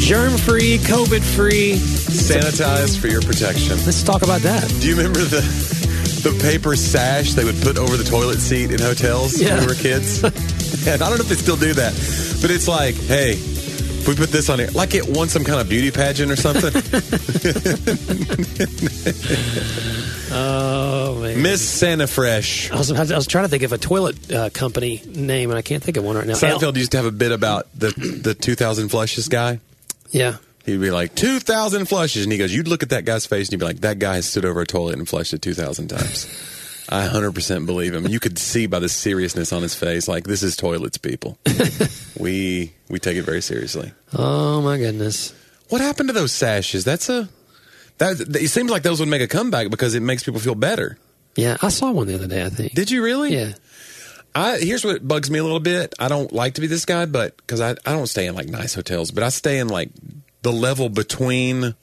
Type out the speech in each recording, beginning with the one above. Germ free, COVID free. Sanitize for your protection. Let's talk about that. Do you remember the the paper sash they would put over the toilet seat in hotels Yeah. when we were kids? and I don't know if they still do that, but it's like, hey, if we put this on here, like it won some kind of beauty pageant or something. Oh, man. Miss Santa Fresh. I was, I was trying to think of a toilet uh, company name, and I can't think of one right now. Seinfeld used to have a bit about the the 2,000 flushes guy. Yeah. He'd be like, 2,000 flushes. And he goes, you'd look at that guy's face and you'd be like, that guy has stood over a toilet and flushed it 2,000 times. I 100% believe him. You could see by the seriousness on his face, like, this is toilets, people. we we take it very seriously. Oh, my goodness. What happened to those sashes? That's a. That, it seems like those would make a comeback because it makes people feel better. Yeah, I saw one the other day, I think. Did you really? yeah. I here's what bugs me a little bit. I don't like to be this guy, but because I, I don't stay in like nice hotels, but I stay in like the level between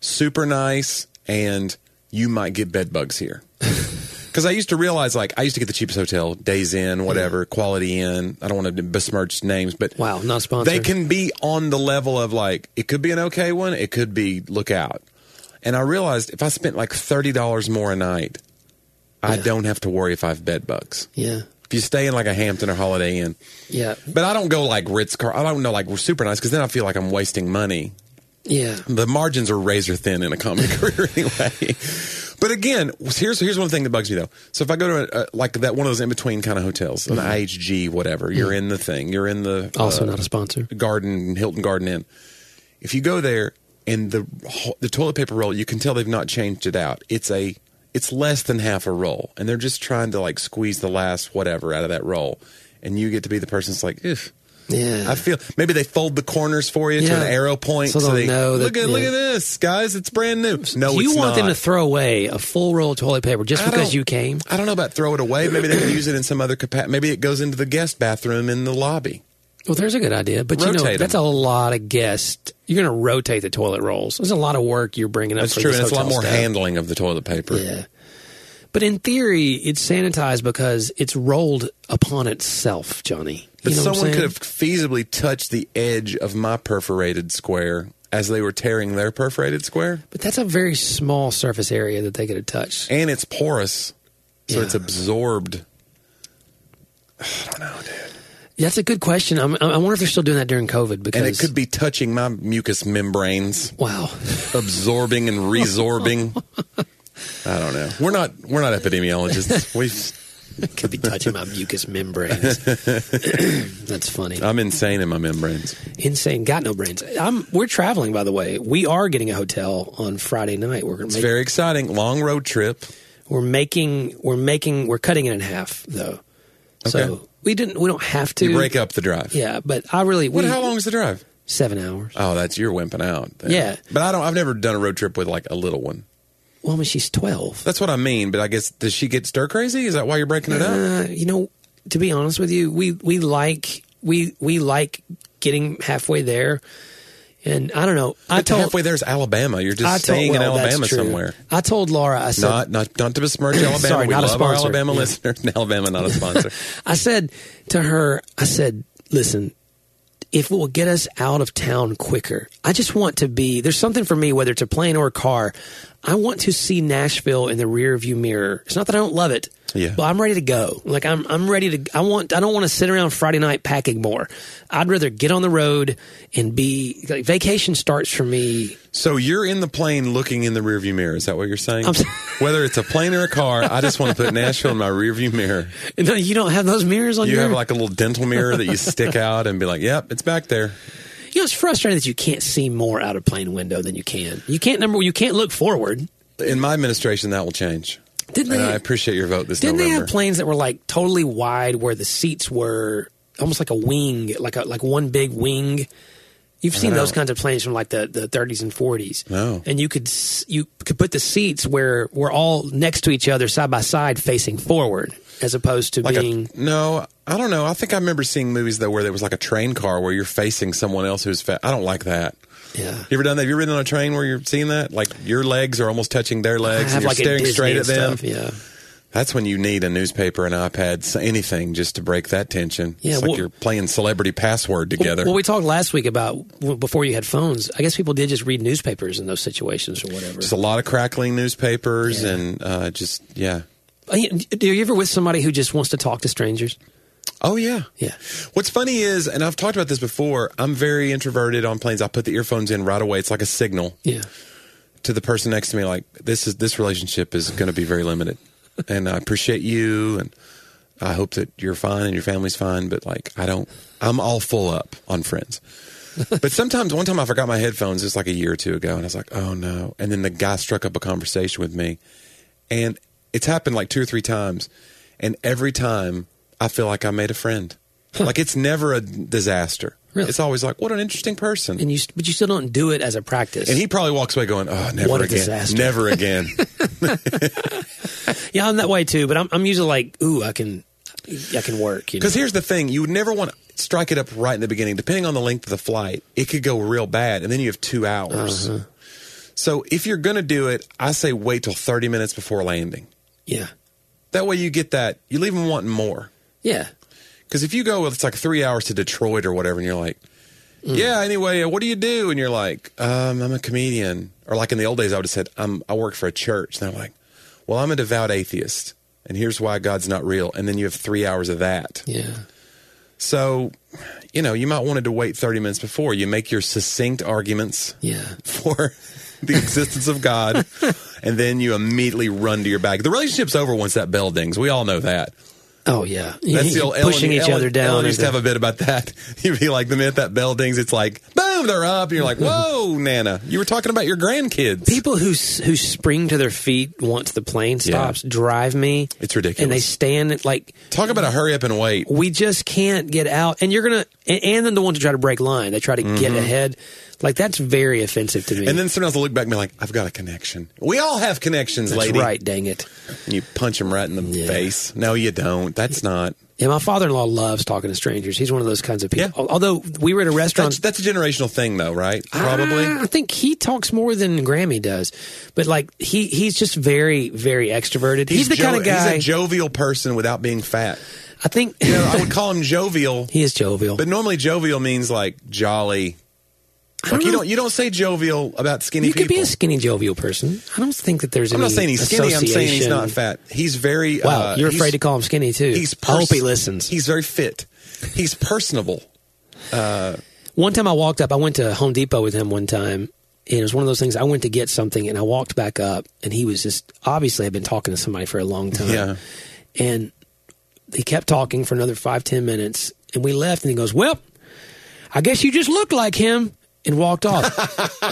super nice and you might get bed bugs here. Because I used to realize like I used to get the cheapest hotel, Days Inn, whatever, Quality Inn. I don't want to besmirch names, but Wow, not sponsored. they can be on the level of like it could be an okay one, it could be look out. And I realized if I spent like thirty dollars more a night, I don't have to worry if I have bed bugs Yeah. if you stay in like a Hampton or Holiday Inn. Yeah. But I don't go like Ritz car. I don't know like we're super nice because then I feel like I'm wasting money. Yeah. The margins are razor thin in a comedy career anyway. But again, here's here's one thing that bugs me though. So if I go to a, a, like that one of those in between kind of hotels, an IHG, whatever, you're in the thing, you're in the Also uh, not a sponsor. Garden Hilton Garden Inn. If you go there and the ho- the toilet paper roll, you can tell they've not changed it out. It's a it's less than half a roll, and they're just trying to like squeeze the last whatever out of that roll. And you get to be the person that's like, if Yeah. I feel maybe they fold the corners for you to Yeah. an arrow point, So so, they'll they know that- look at look yeah. at this, guys, it's brand new. No, Do you it's want them to not. throw away a full roll of toilet paper just I because don't- you came? I don't know about throw it away. Maybe they can use it in some other capacity. Maybe it goes into the guest bathroom in the lobby. Well, there's a good idea, but you know Rotate 'em. that's a lot of guests. You're going to rotate the toilet rolls. There's a lot of work you're bringing up. That's for true, this and it's a lot hotel more staff. handling of the toilet paper. Yeah, but in theory, it's sanitized because it's rolled upon itself, Johnny. But you know what someone I'm could saying? have feasibly touched the edge of my perforated square as they were tearing their perforated square, But that's a very small surface area that they could have touched. and it's porous, so Yeah. it's absorbed. That's a good question. I'm, I I wonder if they're still doing that during COVID because And it could be touching my mucous membranes, wow. absorbing and resorbing. I don't know. We're not we're not epidemiologists. We've, It could be touching my mucous membranes. That's funny. I'm insane in my membranes. Insane. Got no brains. I'm, we're traveling, by the way. We are getting a hotel on Friday night. We're going It's to make very exciting. Long road trip. We're making we're making we're cutting it in half though. Okay. So we didn't we don't have to You break up the drive. Yeah, but I really What? we, How long is the drive? Seven hours. Oh, that's you're wimping out. there. Yeah. but I don't. I've never done a road trip with like a little one. Well, I mean, she's twelve. That's what I mean, but I guess does she get stir crazy? Is that why you're breaking it up? Uh, you know, to be honest with you, we we like we we like getting halfway there, and I don't know. I But told halfway there's Alabama. You're just I told staying well, in that's Alabama true. somewhere. I told Laura. I said Not not not to besmirch Alabama. Sorry, we not a love our sponsor. Alabama Yeah. listeners. Alabama not a sponsor. I said to her, I said, listen, if it will get us out of town quicker, I just want to be there's something for me, whether it's a plane or a car. I want to see Nashville in the rear view mirror. It's not that I don't love it. Yeah. But I'm ready to go. Like I'm I'm ready to I want I don't want to sit around Friday night packing more. I'd rather get on the road and be like vacation starts for me. so you're in the plane looking in the rearview mirror. Is that what you're saying? I'm s- Whether it's a plane or a car, I just want to put Nashville in my rearview mirror. No, you don't have those mirrors on You your have like a little dental mirror that you stick out and be like, "Yep, it's back there." You know, it's frustrating that you can't see more out of plane window than you can. You can't number you can't look forward. In my administration, that will change. Didn't And they- I appreciate your vote this Didn't November. they have planes that were like totally wide where the seats were almost like a wing, like a like one big wing? You've seen those kinds of planes from like the, the 30s and 40s. No. And you could s- you could put the seats where we're all next to each other side by side facing forward as opposed to like being a, no i don't know i think i remember seeing movies though where there was like a train car where you're facing someone else who's fat i don't like that yeah. you ever done that? Have you ridden on a train where you're seeing that? Like your legs are almost touching their legs, and you're a staring Disney straight and at them. stuff, Yeah. That's when you need a newspaper, an iPad, s- anything just to break that tension. Yeah, it's like well- you're playing celebrity password together. Well, we talked last week about w- before you had phones. I guess people did just read newspapers in those situations or whatever. just a lot of crackling newspapers Yeah. and uh, just yeah. Are you, are Uh, you ever with somebody who just wants to talk to strangers? Oh yeah. Yeah. What's funny is, and I've talked about this before, I'm very introverted on planes. I put the earphones in right away. It's like a signal Yeah. to the person next to me, like this is this relationship is going to be very limited, and I appreciate you, and I hope that you're fine and your family's fine. But like, I don't, I'm all full up on friends. but sometimes, one time I forgot my headphones. It's like a year or two ago, and I was like, oh no. And then the guy struck up a conversation with me, and it's happened like two or three times, and every time I feel like I made a friend. Like it's never a disaster. Really? It's always like, what an interesting person. And you, st- but you still don't do it as a practice. And he probably walks away going, "Oh, never What a again, disaster." never again." yeah, I'm that way too. But I'm, I'm usually like, ooh, I can, I can work. You know? Because here's the thing: you would never want to strike it up right in the beginning. Depending on the length of the flight, it could go real bad, and then you have two hours. Uh-huh. So if you're going to do it, I say wait till 30 minutes before landing. Yeah. That way, you get that. You leave them wanting more. Yeah. Because if you go with it's like three hours to Detroit or whatever, and you're like, yeah, anyway, uh, what do you do? And you're like, um, I'm a comedian. Or like in the old days, I would have said, I'm, I work for a church. And they're like, well, I'm a devout atheist. And here's why God's not real. And then you have three hours of that. Yeah. So, you know, you might wanted to wait 30 minutes before you make your succinct arguments Yeah. for the existence of God, and then you immediately run to your bag. The relationship's over once that bell dings. We all know that. Oh yeah. That's the old Ellen- pushing each Ellen- other down. Ellen used to into- have a bit about that. You'd be like, the minute that bell dings, it's like, boom, they're up. And you're like, whoa, Nana, you were talking about your grandkids. People who s- who spring to their feet once the plane stops drive me. It's And they ridiculous. stand at, like Talk about a hurry up and wait. we just can't get out. And you're gonna and, and then the ones who try to break line, they try to get ahead. Like that's very offensive to me. Mm-hmm. And then sometimes I'll look back and be like, I've got a connection. We all have connections, that's lady. right, dang it. And you punch them right in the Yeah. face. No, you don't. That's not. Yeah, my father-in-law loves talking to strangers. He's one of those kinds of people. Yeah. Al- Although we were at a restaurant That's, that's a generational thing, though, right? Probably. Ah, I think he talks more than Grammy does, but like he he's just very very extroverted. He's, the jo- kind of guy. He's a jovial person without being fat. I think You know, I would call him jovial, he is jovial. but normally jovial means like jolly. I Like you know. don't you don't say jovial about skinny You could people. be a skinny jovial person. I don't think that there's. I'm any not saying he's skinny. I'm saying he's association. not fat. He's very. Wow, uh, you're he's- afraid to call him skinny too. He's. I hope pers- he listens. He's very fit. He's personable. One time I walked up, I went to Home Depot with him one time. And it was one of those things I went to get something and I walked back up and he was just obviously had been talking to somebody for a long time. Yeah. And he kept talking for another five, ten minutes and we left and he goes, Well, I guess you just look like him and walked off.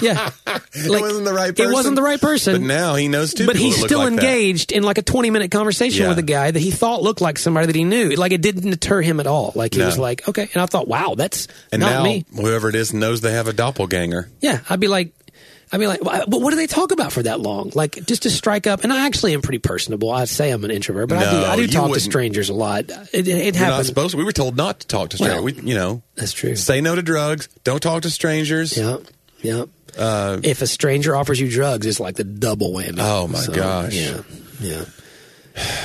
yeah. Like, it wasn't the right. person. It wasn't the right person. But now he knows two. But people he's that look still like that. engaged in like a 20 minute conversation Yeah. with a guy that he thought looked like somebody that he knew. Like it didn't deter him at all. Like he No. was like, okay. And I thought, wow, that's And not now me. whoever it is knows they have a doppelganger. Yeah, I'd be like, I'd be like, "Wh- but what do they talk about for that long? Like just to strike up. And I actually am pretty personable. I'd say I'm an introvert, but I do, No, I do you talk to wouldn't. strangers a lot. It, it, it You're not happens. supposed. We were told not to talk to strangers. Well- we, you know, That's true. say no to drugs. Don't talk to strangers. Yeah, yeah. if a stranger offers you drugs, it's like the double whammy. Uh, Oh, my gosh. Yeah, yeah.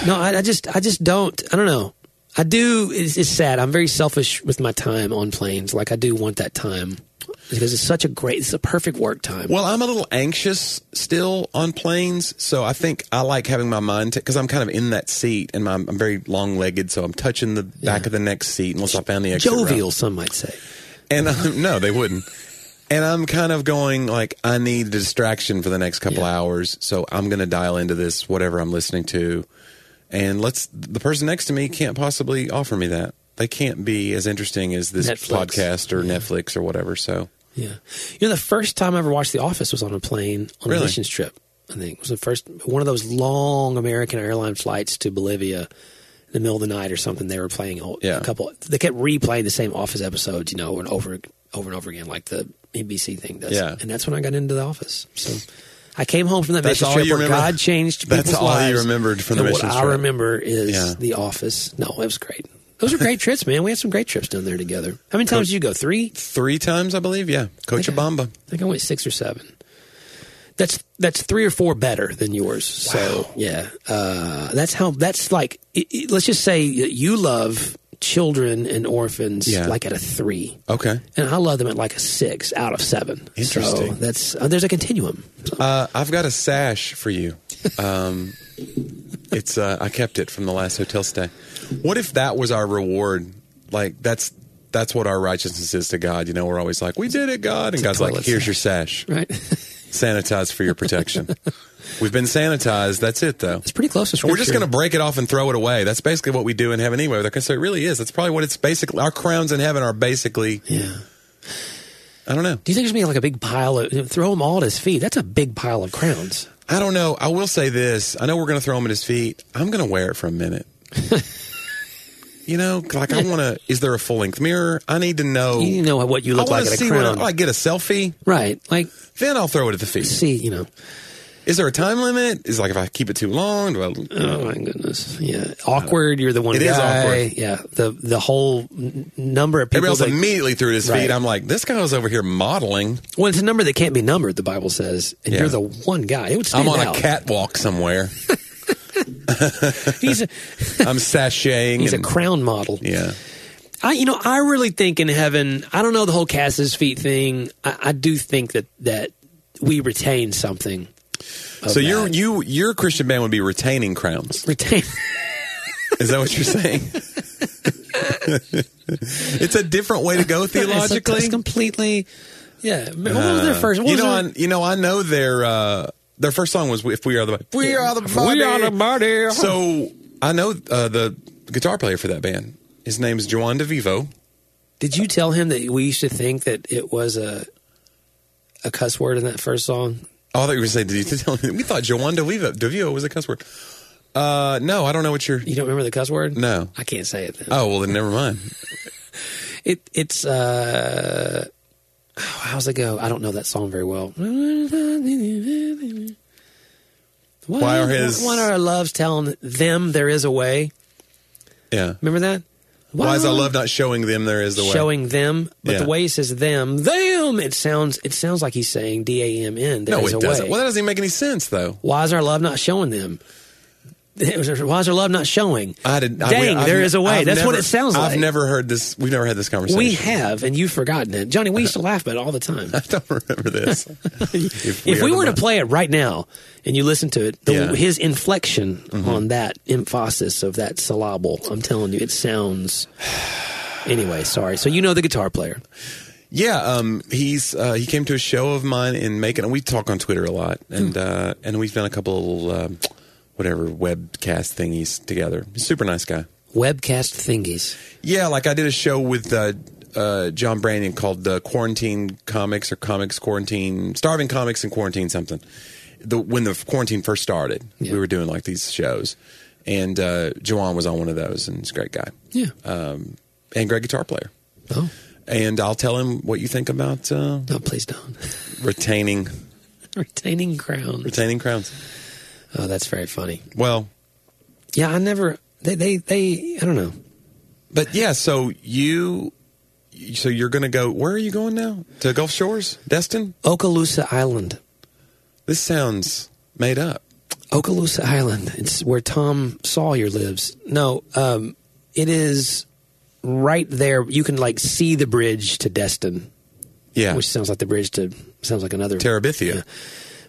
No, I, I just, I just don't. I don't know. I do. It's, it's sad. I'm very selfish with my time on planes. Like I do want that time because it's such a great, it's a perfect work time. Well, I'm a little anxious still on planes, so I think I like having my mind because I'm kind of in that seat and my, I'm very long legged, so I'm touching the back of the next seat unless I found the exit row. Jovial, some might say. And I'm, no, they wouldn't. And I'm kind of going like I need a distraction for the next couple Yeah. hours, so I'm going to dial into this whatever I'm listening to, and let's. The person next to me can't possibly offer me that. They can't be as interesting as this Netflix. podcast or Netflix or whatever. So Yeah. You know, the first time I ever watched The Office was on a plane on a Really? missions trip, I think. It was the first one of those long American airline flights to Bolivia in the middle of the night or something. They were playing a, Yeah. a couple, they kept replaying the same Office episodes, you know, and over, over and over again, like the NBC thing does. Yeah. And that's when I got into The Office. So I came home from that That's missions all trip you where remember? God changed That's people's all you lives. remembered from the And missions What I trip. remember is Yeah. The Office. No, it was great. Those are great trips, man. We had some great trips down there together. How many times did you go? Three? three times, I believe, yeah, Coach Okay. Obamba. I think I went six or seven. that's that's three or four better than yours. So yeah, uh, that's how that's like. It, it- let's just say that you love children and orphans Yeah. like at a three, Okay. and I love them at like a six out of seven. Interesting. So that's uh, there's a continuum. Uh, I've got a sash for you. Um, it's uh, I kept it from the last hotel stay. What if that was our reward? Like that's that's what our righteousness is to God. You know, we're always like, we did it, God, and God's like, toilet here's your sash, Right. it's sanitized for your protection. We've been sanitized. That's it, though. pretty close to scripture. We're just going to break it off and throw it away. That's basically what we do in heaven anyway. Like, so it really is. That's probably what it's basically. Our crowns in heaven are basically. Yeah. I don't know. Do you think there's gonna be like a big pile of throw them all at his feet? That's a big pile of crowns. I don't know. I will say this. I know we're going to throw him at his feet. I'm going to wear it for a minute. you know, like I want to. Is there a full length mirror? I need to know. You know what you I look like want to at a see when I crown, like get a selfie. right? Like Then I'll throw it at the feet. see, you know. Is there a time limit? Is it like if I keep it too long? Do I, Oh my goodness! Yeah, awkward. You're the one. It is guy. awkward. Yeah, the the whole n- number of everybody people. else That, immediately threw it at his Right. feet. I'm like, this guy was over here modeling. well, it's a number that can't be numbered. The Bible says, and Yeah. you're the one guy. It would stand I'm on out. a catwalk somewhere. He's a, I'm sashaying. he's a and- crown model. yeah. I, you know, I really think in heaven. I don't know the whole cast his feet thing. I, I do think that that we retain something. of So your that. you your Christian band would be retaining crowns. retain. Is that what you're saying? it's a different way to go It's- theologically. Uh, it's completely. Yeah, what was their first? What you was know, their- I, you know, I know their uh, their first song was "If We Are the We Are the we are the body. So I know uh, the guitar player for that band. His name is Juan DeVivo. Did you tell him that we used to think that it was a a cuss word in that first song? Oh, I thought you were going to say, did you tell him? We thought Juan DeVivo, DeVivo was a cuss word. Uh, no, I don't know what you're. You don't remember the cuss word? No. I can't say it then. Oh, well, then never mind. It it's uh oh, how's it go? I don't know that song very well. Why, are his- why are our loves telling them there is a way? Yeah. Remember that? Why is I love not showing them there is the way? showing them? But Yeah. the way he says them, them, it sounds it sounds like he's saying D A M N. There no, is it a doesn't. way. Well, that doesn't even make any sense, though. Why is our love not showing them? Why is our love not showing? I didn't. I- Dang, I've- there is a way. I've That's what never- it sounds like. I've never heard this. We've never had this conversation. we have, and you've forgotten it, Johnny. We used to laugh about it all the time. I don't remember this. if If we ever were to met. play it right now and you listen to it, the, Yeah. Mm-hmm. his inflection on that emphasis of that syllable, I'm telling you, it sounds. Anyway, sorry. So you know the guitar player. yeah, um, he's uh, he came to a show of mine in Macon, and we talk on Twitter a lot, Hmm. and uh, and we've done a couple um, whatever webcast thingies together. He's a super nice guy. Webcast thingies. Yeah, like I did a show with uh, uh, John Brandon called the Quarantine Comics or Comics Quarantine, Starving Comics and Quarantine something. The when the quarantine first started, Yeah. we were doing like these shows, and uh, Jawan was on one of those, and he's a great guy Um, Yeah. Uh, and great guitar player. oh, And I'll tell him what you think about uh, no, please don't. retaining Retaining crown. retaining crowns. Oh, that's very funny. Well, Yeah, I never. They, they, they. I don't know. but yeah, so you. So you're going to go? Where are you going now? To Gulf Shores, Destin? Okaloosa Island. This sounds made up. Okaloosa Island. It's where Tom Sawyer lives. No, um, it is right there. You can like see the bridge to Destin, Yeah, which sounds like the bridge to sounds like another. Terabithia. Yeah.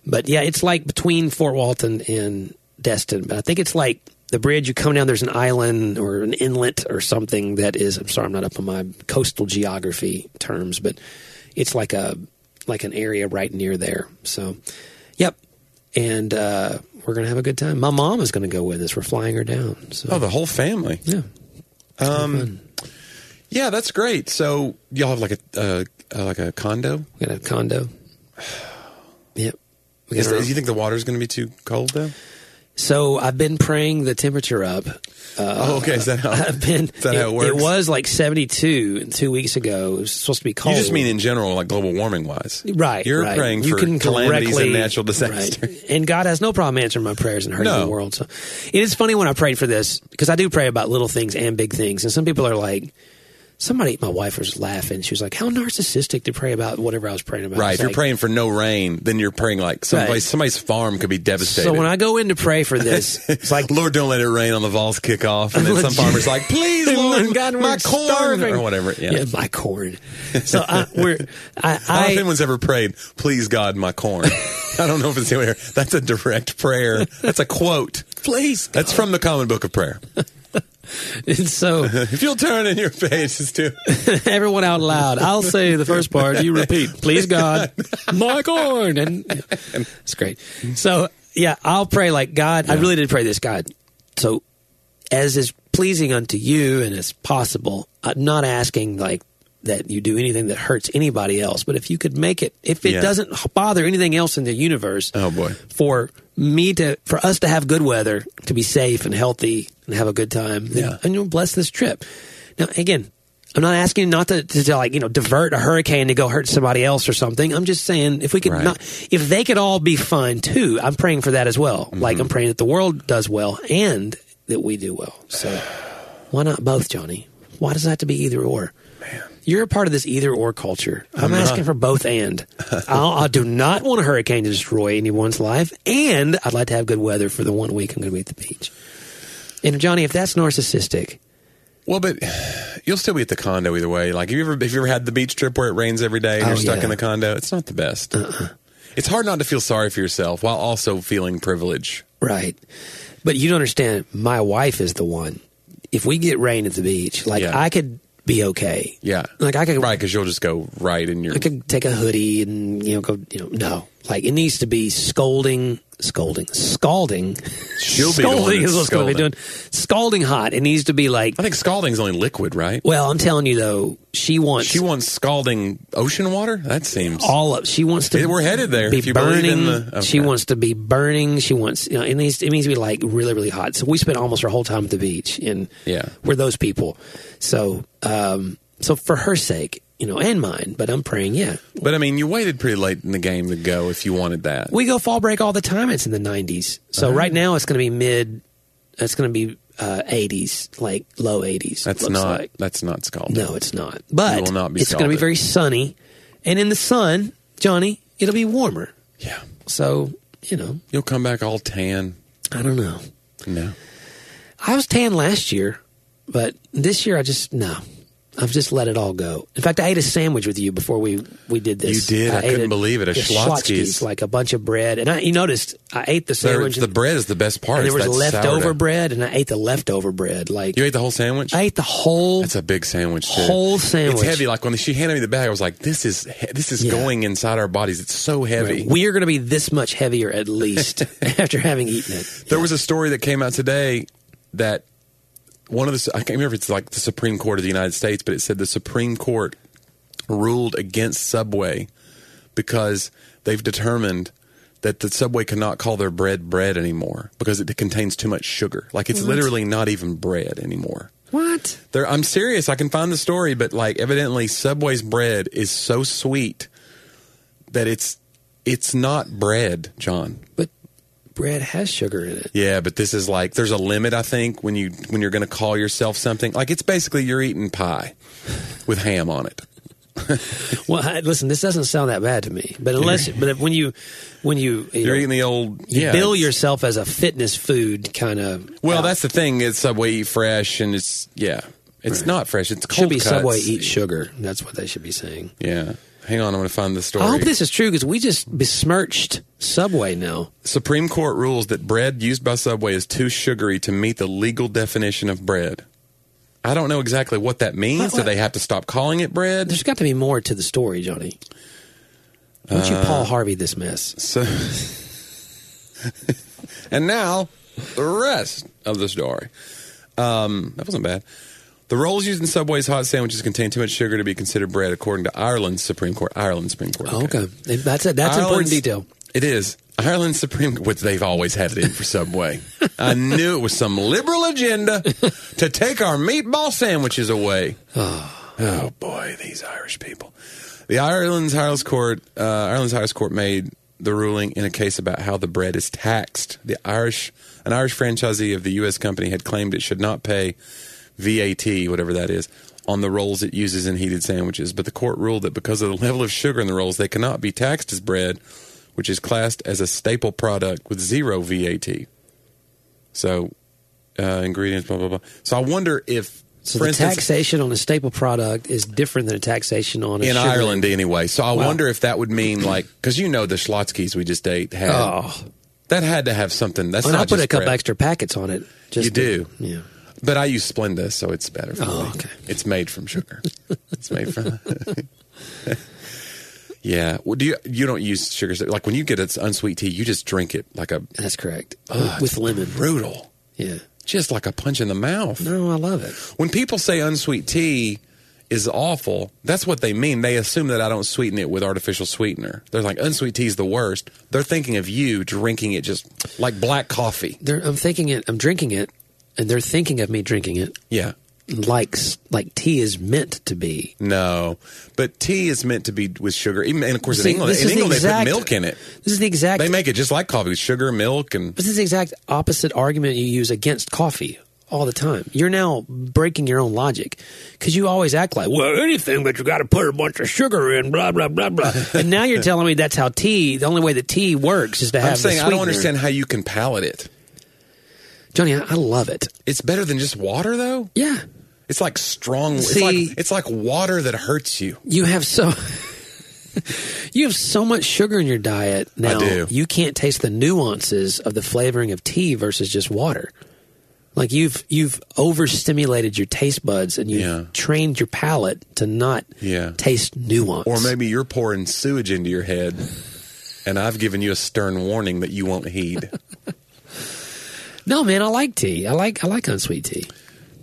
But yeah, it's like between Fort Walton and Destin. But I think it's like the bridge. You come down. There's an island or an inlet or something that is. I'm sorry, I'm not up on my coastal geography terms, but it's like a like an area right near there. So, yep. And uh, we're gonna have a good time. My mom is gonna go with us. We're flying her down. So Oh, the whole family. Um, yeah, Yeah, that's great. So y'all have like a uh, uh, like a condo. we got a condo. Yep. We got Is, our own- is- you think the water's going to be too cold though? so I've been praying the temperature up. oh, okay. Is that how? Uh, I've been. Is that how it works? was like 72 two weeks ago. It was supposed to be you cold. just mean in general, like global warming wise, right? You're right. praying you for can calamities correctly, and natural disaster. right. And God has no problem answering my prayers and hurting No. the world. So it is funny when I prayed for this because I do pray about little things and big things, and some people are like. somebody, my wife was laughing. She was like, "How narcissistic to pray about whatever I was praying about." Right. It's If you're like, praying for no rain, then you're praying like someplace, Right. somebody's farm could be devastated. So when I go in to pray for this, it's like Lord, don't let it rain on the Vols kickoff. And then some farmer's like, please, Lord, God, we're my corn starving. or whatever. Yeah. yeah, my corn. So I, we're I, I don't know if I anyone's ever prayed, please God, my corn. I don't know if it's anywhere. That's a direct prayer. That's a quote. please. That's from the Common Book of Prayer. And so If you'll turn in your pages to everyone out loud. I'll say the first part. You repeat, please God, my corn, and it's great. So yeah, I'll pray like God. I really did pray this God. So as is pleasing unto you and as possible, I'm not asking like that you do anything that hurts anybody else, but if you could make it, if it Yeah. doesn't bother anything else in the universe, Oh, boy. for me to for us to have good weather, to be safe and healthy and have a good time. Yeah. And you'll bless this trip. Now again, I'm not asking you not to, to, to, like, you know, divert a hurricane to go hurt somebody else or something. I'm just saying if we could Right. not if they could all be fine too, I'm praying for that as well. Like I'm praying that the world does well and that we do well. So why not both, Johnny? Why does it have to be either or? You're a part of this either or culture. I'm, asking for both and. I'll, I do not want a hurricane to destroy anyone's life, and I'd like to have good weather for the one week I'm going to be at the beach. And Johnny, if that's narcissistic, Well, but you'll still be at the condo either way. Like, have you ever have you ever had the beach trip where it rains every day and Oh, you're stuck yeah. Uh-uh. in the condo? It's not the best. It's hard not to feel sorry for yourself while also feeling privilege. right? But you don't understand. My wife is the one. If we get rain at the beach, like Yeah. I could be okay. Yeah, Like I could right because you'll just go right in your. I could take a hoodie and you know go you know no like it needs to be scolding scolding scalding She'll be the one scalding that's is what's going to be scalding. doing scalding hot it needs to be like I think scalding's only liquid, right? well I'm telling you though she wants She wants scalding ocean water. That seems all up she wants to We're headed there, be if you believe burning in the- she okay. wants to be burning she wants you know it needs it needs to be like really really hot so we spent almost our whole time at the beach and Yeah. we're those people so um so for her sake you know and mine but I'm praying yeah But I mean, you waited pretty late in the game to go if you wanted that. We go fall break all the time. It's in the 90s. Uh-huh. So right now it's going to be mid. It's going to be uh, 80s, like low 80s. that's looks not like. that's not scalding. No, it's not. But You will not be it's going to be scalded. very sunny, and in the sun, Johnny, it'll be warmer. Yeah, So you know, you'll come back all tan. I don't know. No, I was tan last year, but this year I just no. I've just let it all go. In fact, I ate a sandwich with you before we we did this. You did? I ate couldn't believe it. A yeah, Schlotzky's. like a bunch of bread, and I, you noticed I ate the There- sandwich. the bread is the best part. And there It's was that leftover sourdough. bread, and I ate the leftover bread. Like You ate the whole sandwich. I ate the whole. That's a big sandwich. Too. Whole sandwich. It's heavy. Like when she handed me the bag, I was like, "This is he- this is Yeah. going inside our bodies. It's so heavy." we are going to be this much heavier at least after having eaten it. There was a story that came out today that one of the I can't remember if it's like the Supreme Court of the United States, but it said the Supreme Court ruled against Subway because they've determined that the Subway cannot call their bread bread anymore because it contains too much sugar. Like it's literally not even bread anymore. What? There, I'm serious. I can find the story, but like evidently Subway's bread is so sweet that it's it's not bread, John. But bread has sugar in it. Yeah, but this is like there's a limit I think when you when you're going to call yourself something. Like it's basically you're eating pie with ham on it. Well, I, listen, this doesn't sound that bad to me. But unless, but if- when you, when you, you, You're know, eating the old you yeah. bill it's- yourself as a fitness food kind of. Well, that's the thing. It's Subway eat fresh and it's yeah. It's not fresh. It's cold should be cuts. Subway eat sugar. That's what they should be saying. Yeah. Hang on, I'm going to find the story. I hope this is true because we just besmirched Subway now. Supreme Court rules that bread used by Subway is too sugary to meet the legal definition of bread. I don't know exactly what that means. What- Do they have to stop calling it bread? There's got to be more to the story, Johnny. Why Uh, don't you Paul Harvey this mess? So, and now the rest of the story. Um, that wasn't bad. The rolls used in Subway's hot sandwiches contain too much sugar to be considered bread, according to Ireland's Supreme Court. Ireland's Supreme Court. Oh, okay. That's a, that's important Ireland's- detail. It is. Ireland's Supreme Court, which they've always had it in for Subway. I knew it was some liberal agenda to take our meatball sandwiches away. Oh boy, these Irish people. The Ireland's highest court, uh, Ireland's highest court made the ruling in a case about how the bread is taxed. The Irish, an Irish franchisee of the U.S. company, had claimed it should not pay VAT, whatever that is, on the rolls it uses in heated sandwiches, but the court ruled that because of the level of sugar in the rolls, they cannot be taxed as bread, which is classed as a staple product with zero VAT. So, uh, ingredients, blah, blah, blah. So I wonder if, So for the instance, taxation on a staple product is different than a taxation on a in sugar- Ireland anyway. So I Wow. wonder if that would mean like, because you know the Schlotzkys we just ate had, Oh, that had to have something. That's and I not put just a couple bread. extra packets on it. Just You do. yeah. But I use Splenda, so it's better for Oh, me. okay. It's made from sugar. it's made from. yeah. Well, do you you don't use sugar? Like when you get an unsweet tea, you just drink it like a That's correct. Ugh, With lemon. brutal, Yeah. just like a punch in the mouth. No, I love it. When people say unsweet tea is awful, that's what they mean. They assume that I don't sweeten it with artificial sweetener. They're like unsweet tea is the worst. They're thinking of you drinking it just like black coffee. They're, I'm thinking it. I'm drinking it, and they're thinking of me drinking it. Yeah. Like s- like tea is meant to be. No, but tea is meant to be with sugar. Even, and of course, See, in England, this in is the England exact- they put milk in it. This is the exact. They make it just like coffee with sugar, milk, and this is the exact opposite argument you use against coffee all the time. You're now breaking your own logic because you always act like well anything, but you got to put a bunch of sugar in. Blah blah blah blah. and now you're telling me that's how tea. The only way that tea works is to have. I'm the saying I don't sweetener. understand how you can palate it. Johnny. I, I love it. It's better than just water, though. Yeah, It's like strong. See- it's like it's like water that hurts you. you have so. You have so much sugar in your diet now. do. You can't taste the nuances of the flavoring of tea versus just water. Like you've you've overstimulated your taste buds and you've Yeah. trained your palate to not Yeah. taste nuance. Or maybe you're pouring sewage into your head, and I've given you a stern warning that you won't heed. no, man, I like tea. I like I like unsweet tea.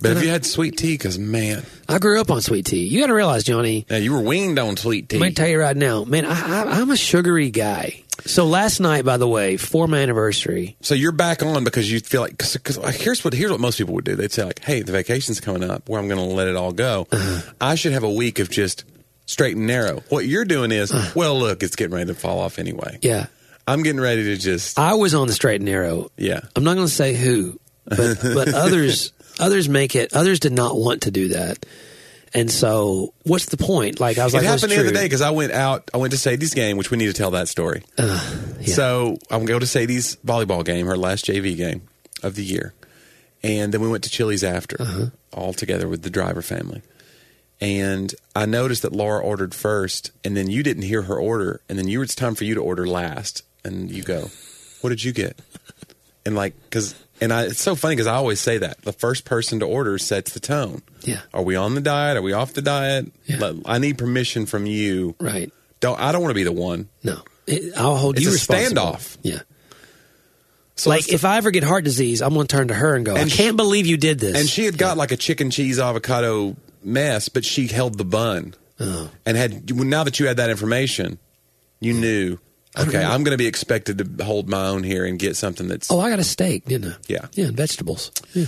But have you had sweet tea? Because man, I grew up on sweet tea. You got to realize, Johnny. now you were weaned on sweet tea. Let me tell you right now, man. I, I, I'm a sugary guy. So last night, by the way, for my anniversary, So you're back on because you feel like because here's what here's what most people would do. They'd say like, "Hey, the vacation's coming up, where I'm going to let it all go. Uh-huh. I should have a week of just straight and narrow." What you're doing is, well, look, it's getting ready to fall off anyway. Uh-huh. yeah, I'm getting ready to just I was on the straight and narrow. yeah. I'm not going to say who, but but others others make it. Others did not want to do that, and so what's the point? Like I was It like, what's happened the other true? day because I went out. I went to Sadie's game, which we need to tell that story. Uh, yeah. So I'm going to go to Sadie's volleyball game, her last JV game of the year, and then we went to Chili's after, Uh-huh. all together with the driver family. And I noticed that Laura ordered first, and then you didn't hear her order, and then you it's time for you to order last, and you go, "What did you get?" And like, because and I, it's so funny because I always say that the first person to order sets the tone. Yeah. Are we on the diet? Are we off the diet? Yeah. Let- I need permission from you. right? Don't I don't want to be the one. No, It- I'll hold It's you a responsible. standoff. Yeah. So like let's- if I ever get heart disease, I'm going to turn to her and go, And I can't believe you did this. and she had got like a chicken cheese avocado mess, but she held the bun Oh. and had. well, Now that you had that information, you knew. Okay, I'm going to be expected to hold my own here and get something that's. Oh, I got a steak, didn't I? Yeah. Yeah, and vegetables. Yeah.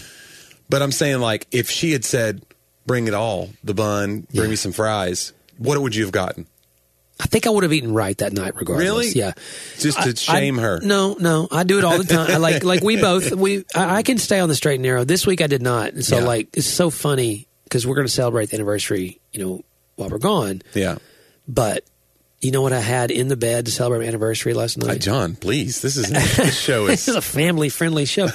But I'm saying like if she had said, "Bring it all, the bun, bring me some fries," what would you have gotten? I think I would have eaten right that night, regardless. Really? Yeah. Just to I- shame her. No, no, I do it all the time. I like like we both we I, I can stay on the straight and narrow. This week I did not, and so Yeah. like it's so funny because we're going to celebrate the anniversary, you know, while we're gone. Yeah. But you know what I had in the bed to celebrate my anniversary last Uh, night? John, please. This is this show this is is a family friendly show,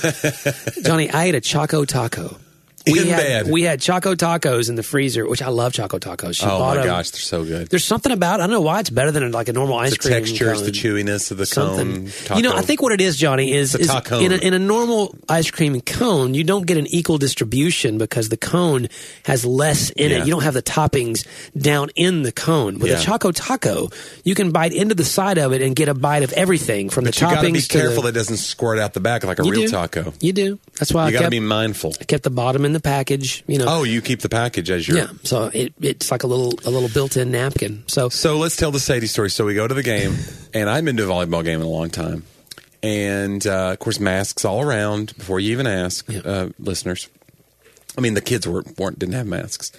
Johnny. I ate a choco taco. We In had bed. we had choco tacos in the freezer, which I love choco tacos. She Oh bought my 'em. gosh, they're so good. There's something about I don't know why it's better than like a normal ice the cream. textures, the cone. chewiness of the something. cone. Taco. You know, I think what it is, Johnny, is, It's is a tacone. in, a, in a normal ice cream cone, you don't get an equal distribution because the cone has less in Yeah. it. You don't have the toppings down in the cone. With Yeah. a Choco Taco, you can bite into the side of it and get a bite of everything from but the you toppings got to be to the- careful that it doesn't squirt out the back like a you real do. Uh, taco. You do. That's why You I got to kept, be mindful. kept the bottom in the package. You know. Oh, you keep the package as your. Yeah, so it, it's like a little a little built-in napkin. So So let's tell the Sadie story. So we go to the game, and I have been to a volleyball game in a long time, and uh, of course masks all around before you even ask Yeah. uh, listeners. I mean, the kids were, weren't didn't have masks.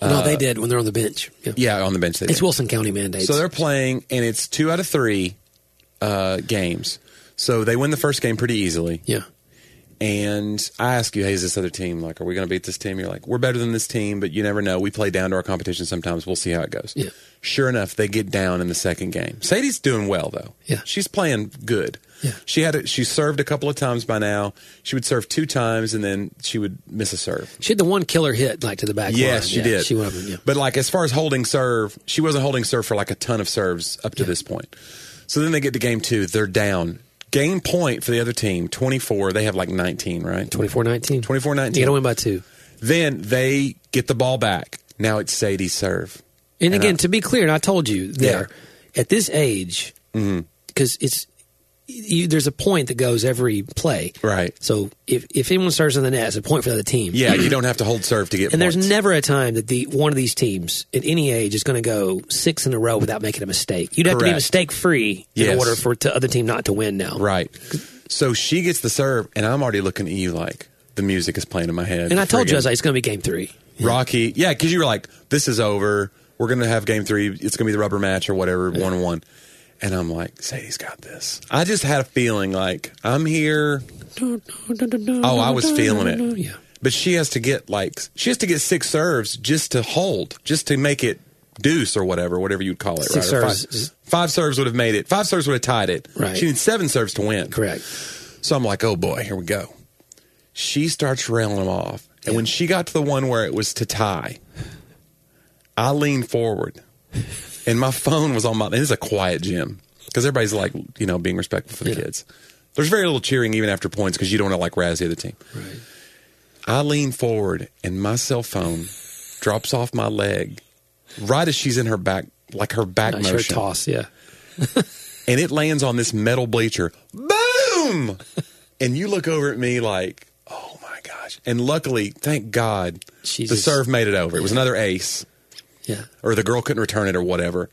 no, they did when they're on the bench. Yeah. Uh, Yeah, on the bench they It's did. Wilson County mandates. So they're playing, and it's two out of three uh, games. So they win the first game pretty easily. yeah. And I ask you, hey, is this other team like, are we going to beat this team? You're like, we're better than this team, but you never know. We play down to our competition sometimes. We'll see how it goes. Yeah. Sure enough, they get down in the second game. Sadie's doing well though. Yeah. she's playing good. Yeah. she had a, she served a couple of times by now. She would serve two times and then she would miss a serve. She had the one killer hit like to the back. Yes, line. she Yeah, did. She went up. and- Yeah. But like as far as holding serve, she wasn't holding serve for like a ton of serves up to this point. So then they get to game two. They're down. Game point for the other team, 24. They have like 19, right? 24 19. 24 You 19. got to win by two. Then they get the ball back. Now it's Sadie's serve. And, And uh, again, I- to be clear, and I told you there, at this age, Mm-hmm. because it's you, there's a point that goes every play. Right. So if, if anyone starts in the net, it's a point for the other team. Yeah, you don't have to hold serve to get And there's points. never a time that the one of these teams at any age is going to go six in a row without making a mistake. You'd have to be Correct. mistake free in Yes. order for the other team not to win now. Right. So she gets the serve, and I'm already looking at you like the music is playing in my head. And I told you, I Friggin' was like, it's going to be game three. Rocky. Yeah, because you were like, this is over. We're going to have game three. It's going to be the rubber match or whatever, 1 1. And I'm like, Sadie's got this. I just had a feeling like, I'm here. Oh, Oh, I was feeling it. Yeah. But she has to get like, she has to get six serves just to hold, just to make it deuce or whatever, whatever you'd call it. Six right? Or serves is- Five, five serves would have made it. Five serves would have tied it. Right. She needs seven serves to win. Correct. So I'm like, oh boy, here we go. She starts railing him off. And when she got to the one where it was to tie, I leaned forward and my phone was on my. This is a quiet gym because everybody's like, you know, being respectful for the kids. There's very little cheering even after points because you don't want to like razz the other team. I lean forward and my cell phone drops off my leg right as she's in her back, like her back Not motion sure. Toss. Yeah. and it lands on this metal bleacher. Boom! and you look over at me like, oh my gosh. And luckily, thank God, the Jesus. serve made it over. It was another ace, Yeah. or the girl couldn't return it or whatever.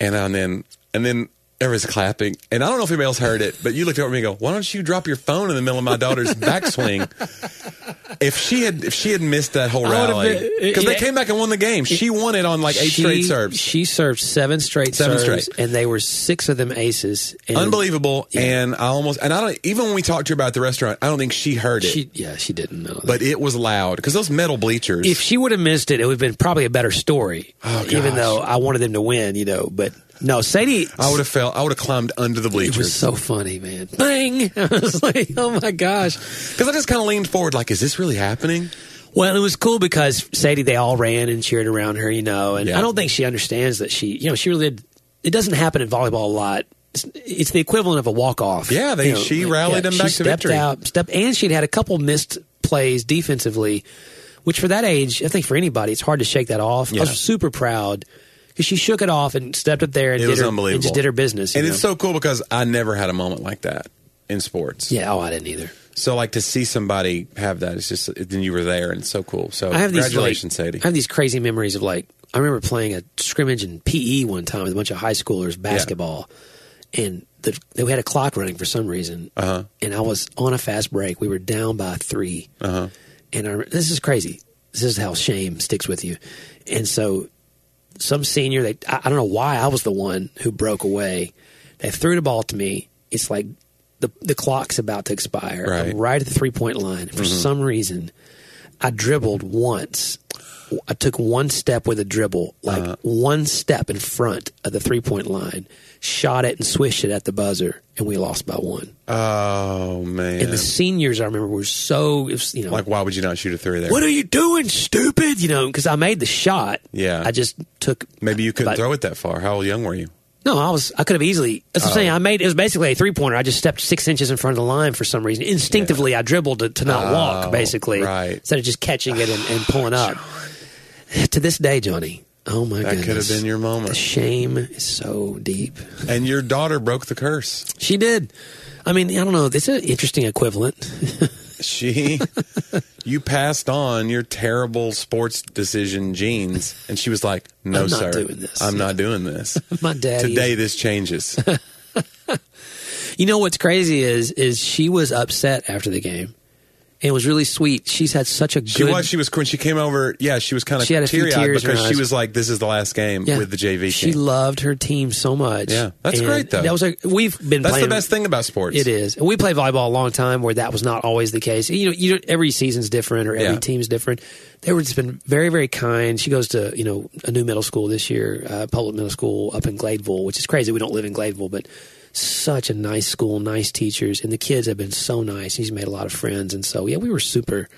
And, and then, and then there was clapping. And I don't know if anybody else heard it, but you looked over at me and go, why don't you drop your phone in the middle of my daughter's backswing? If she had, if she had missed that whole I would've rally, been- because they yeah. came back and won the game. She won it on like eight she, straight serves. She served seven straight Seven serves, straight. and they were six of them aces. And unbelievable. And I almost and I don't even when we talked to her about the restaurant, I don't think she heard it, She, yeah, she didn't know. but it was loud because those metal bleachers. if she would have missed it, it would have been probably a better story. Oh, even gosh. Oh, though I wanted them to win, you know. But no, Sadie. I would have felt I would have climbed under the it was bleachers so funny, man. Bang! I was like, oh my gosh. because I just kind of leaned forward like, is this really happening? Well, it was cool because Sadie, they all ran and cheered around her, you know, and Yeah. I don't think she understands that she, you know, she really, it doesn't happen in volleyball a lot. It's, it's the equivalent of a walk off. Yeah, they- she rallied them back to she stepped victory. Out, stepped, and she'd had a couple missed plays defensively, which for that age, I think for anybody, it's hard to shake that off. I Yeah. was super proud because she shook it off and stepped up there and, It did was her, unbelievable. and just did her business. you And know? it's so cool because I never had a moment like that in sports. yeah, oh, I didn't either. So like to see somebody have that, it's just then you were there and it's so cool. So I have these congratulations, like, Sadie. I have these crazy memories of like I remember playing a scrimmage in PE one time with a bunch of high schoolers basketball, and the, they had a clock running for some reason, uh-huh. and I was on a fast break. We were down by 3 uh-huh. and I, this is crazy. This is how shame sticks with you, and so some senior. They I, I don't know why I was the one who broke away. They threw the ball to me. It's like the the clock's about to expire. Right. Mm-hmm. I'm right at the three point line. For some reason, I dribbled once. I took one step with a dribble, like Uh-huh. one step in front of the three point line, shot it and swished it at the buzzer, and we lost by one. oh man! And the seniors, I remember, were so it was, you know like why would you not shoot a three there? what are you doing, stupid? You know, because I made the shot. Yeah. I just took. Maybe you couldn't about- throw it that far. How young were you? No, I was. I could have easily. That's what Oh. I'm saying. I made it was basically a three pointer. I just stepped six inches in front of the line for some reason. Instinctively, I dribbled to, to not walk, Oh, basically, right. instead of just catching it and, and pulling up. To this day, Johnny. Oh my That goodness, could have been your moment. The shame is so deep. And your daughter broke the curse. She did. I mean, I don't know. It's an interesting equivalent. She, you passed on your terrible sports decision genes, and she was like, "No, I'm not sir, doing this." I'm not doing this." My daddy is- Today, this changes. You know what's crazy is is she was upset after the game, And it was really sweet. She's had such a good. She was she was when she came over. Yeah, she was kind of She had a few teary eyed tears in her because she eyes. was like, "This is the last game Yeah. with the JV She team." loved her team so much. Yeah. That's And great, though. That was like we've been. That's playing, the best thing about sports. It is. And we played volleyball a long time where that was not always the case. You know, you don't, every season's different or every Yeah. team's different. They were just been very, very kind. She goes to, you know, a new middle school this year, uh, public middle school up in Gladeville, which is crazy. We don't live in Gladeville, but such a nice school, nice teachers. And the kids have been so nice. She's made a lot of friends. And so, yeah, we were super,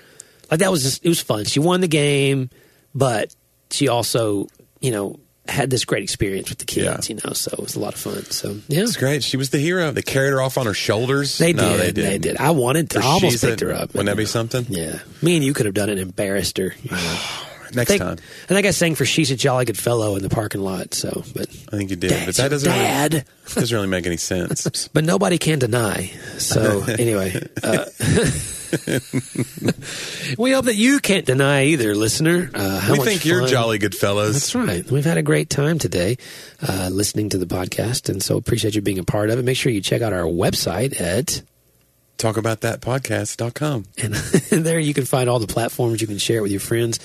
like, that was just, it was fun. She won the game, but she also, you know, had this great experience with the kids, Yeah. you know, so it was a lot of fun. So, yeah. It's great. She was the hero. They carried her off on her shoulders. They No, did. They did. didn't. I wanted to. I Or almost she's a- picked her up. Wouldn't that be something? Yeah. Me and you could have done it and embarrassed her. you know. Next I think, time, I think I sang for She's a Jolly Good Fellow in the parking lot. So, but, I think you did. but Dad's that your doesn't dad. Really, doesn't really make any sense. but nobody can deny. So, anyway. Uh, we hope that you can't deny either, listener. Uh, how we much think you're fun- jolly good That's fellows. right. We've had a great time today uh, listening to the podcast. And so appreciate you being a part of it. Make sure you check out our website at Talk about that podcast.com. And there you can find all the platforms. You can share it with your friends,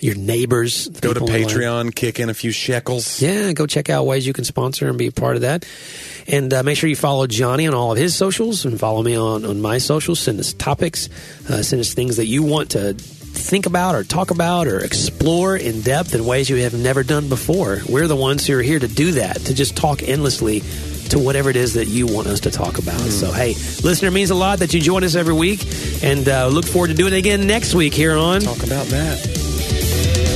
your neighbors. Go to people online. Patreon, kick in a few shekels. Yeah, go check out ways you can sponsor and be a part of that. And uh, make sure you follow Johnny on all of his socials and follow me on, on my socials. Send us topics, uh, send us things that you want to think about or talk about or explore in depth in ways you have never done before. We're the ones who are here to do that, to just talk endlessly to whatever it is that you want us to talk about. So, hey, listener, it means a lot that you join us every week and uh, look forward to doing it again next week here on. Talk about that.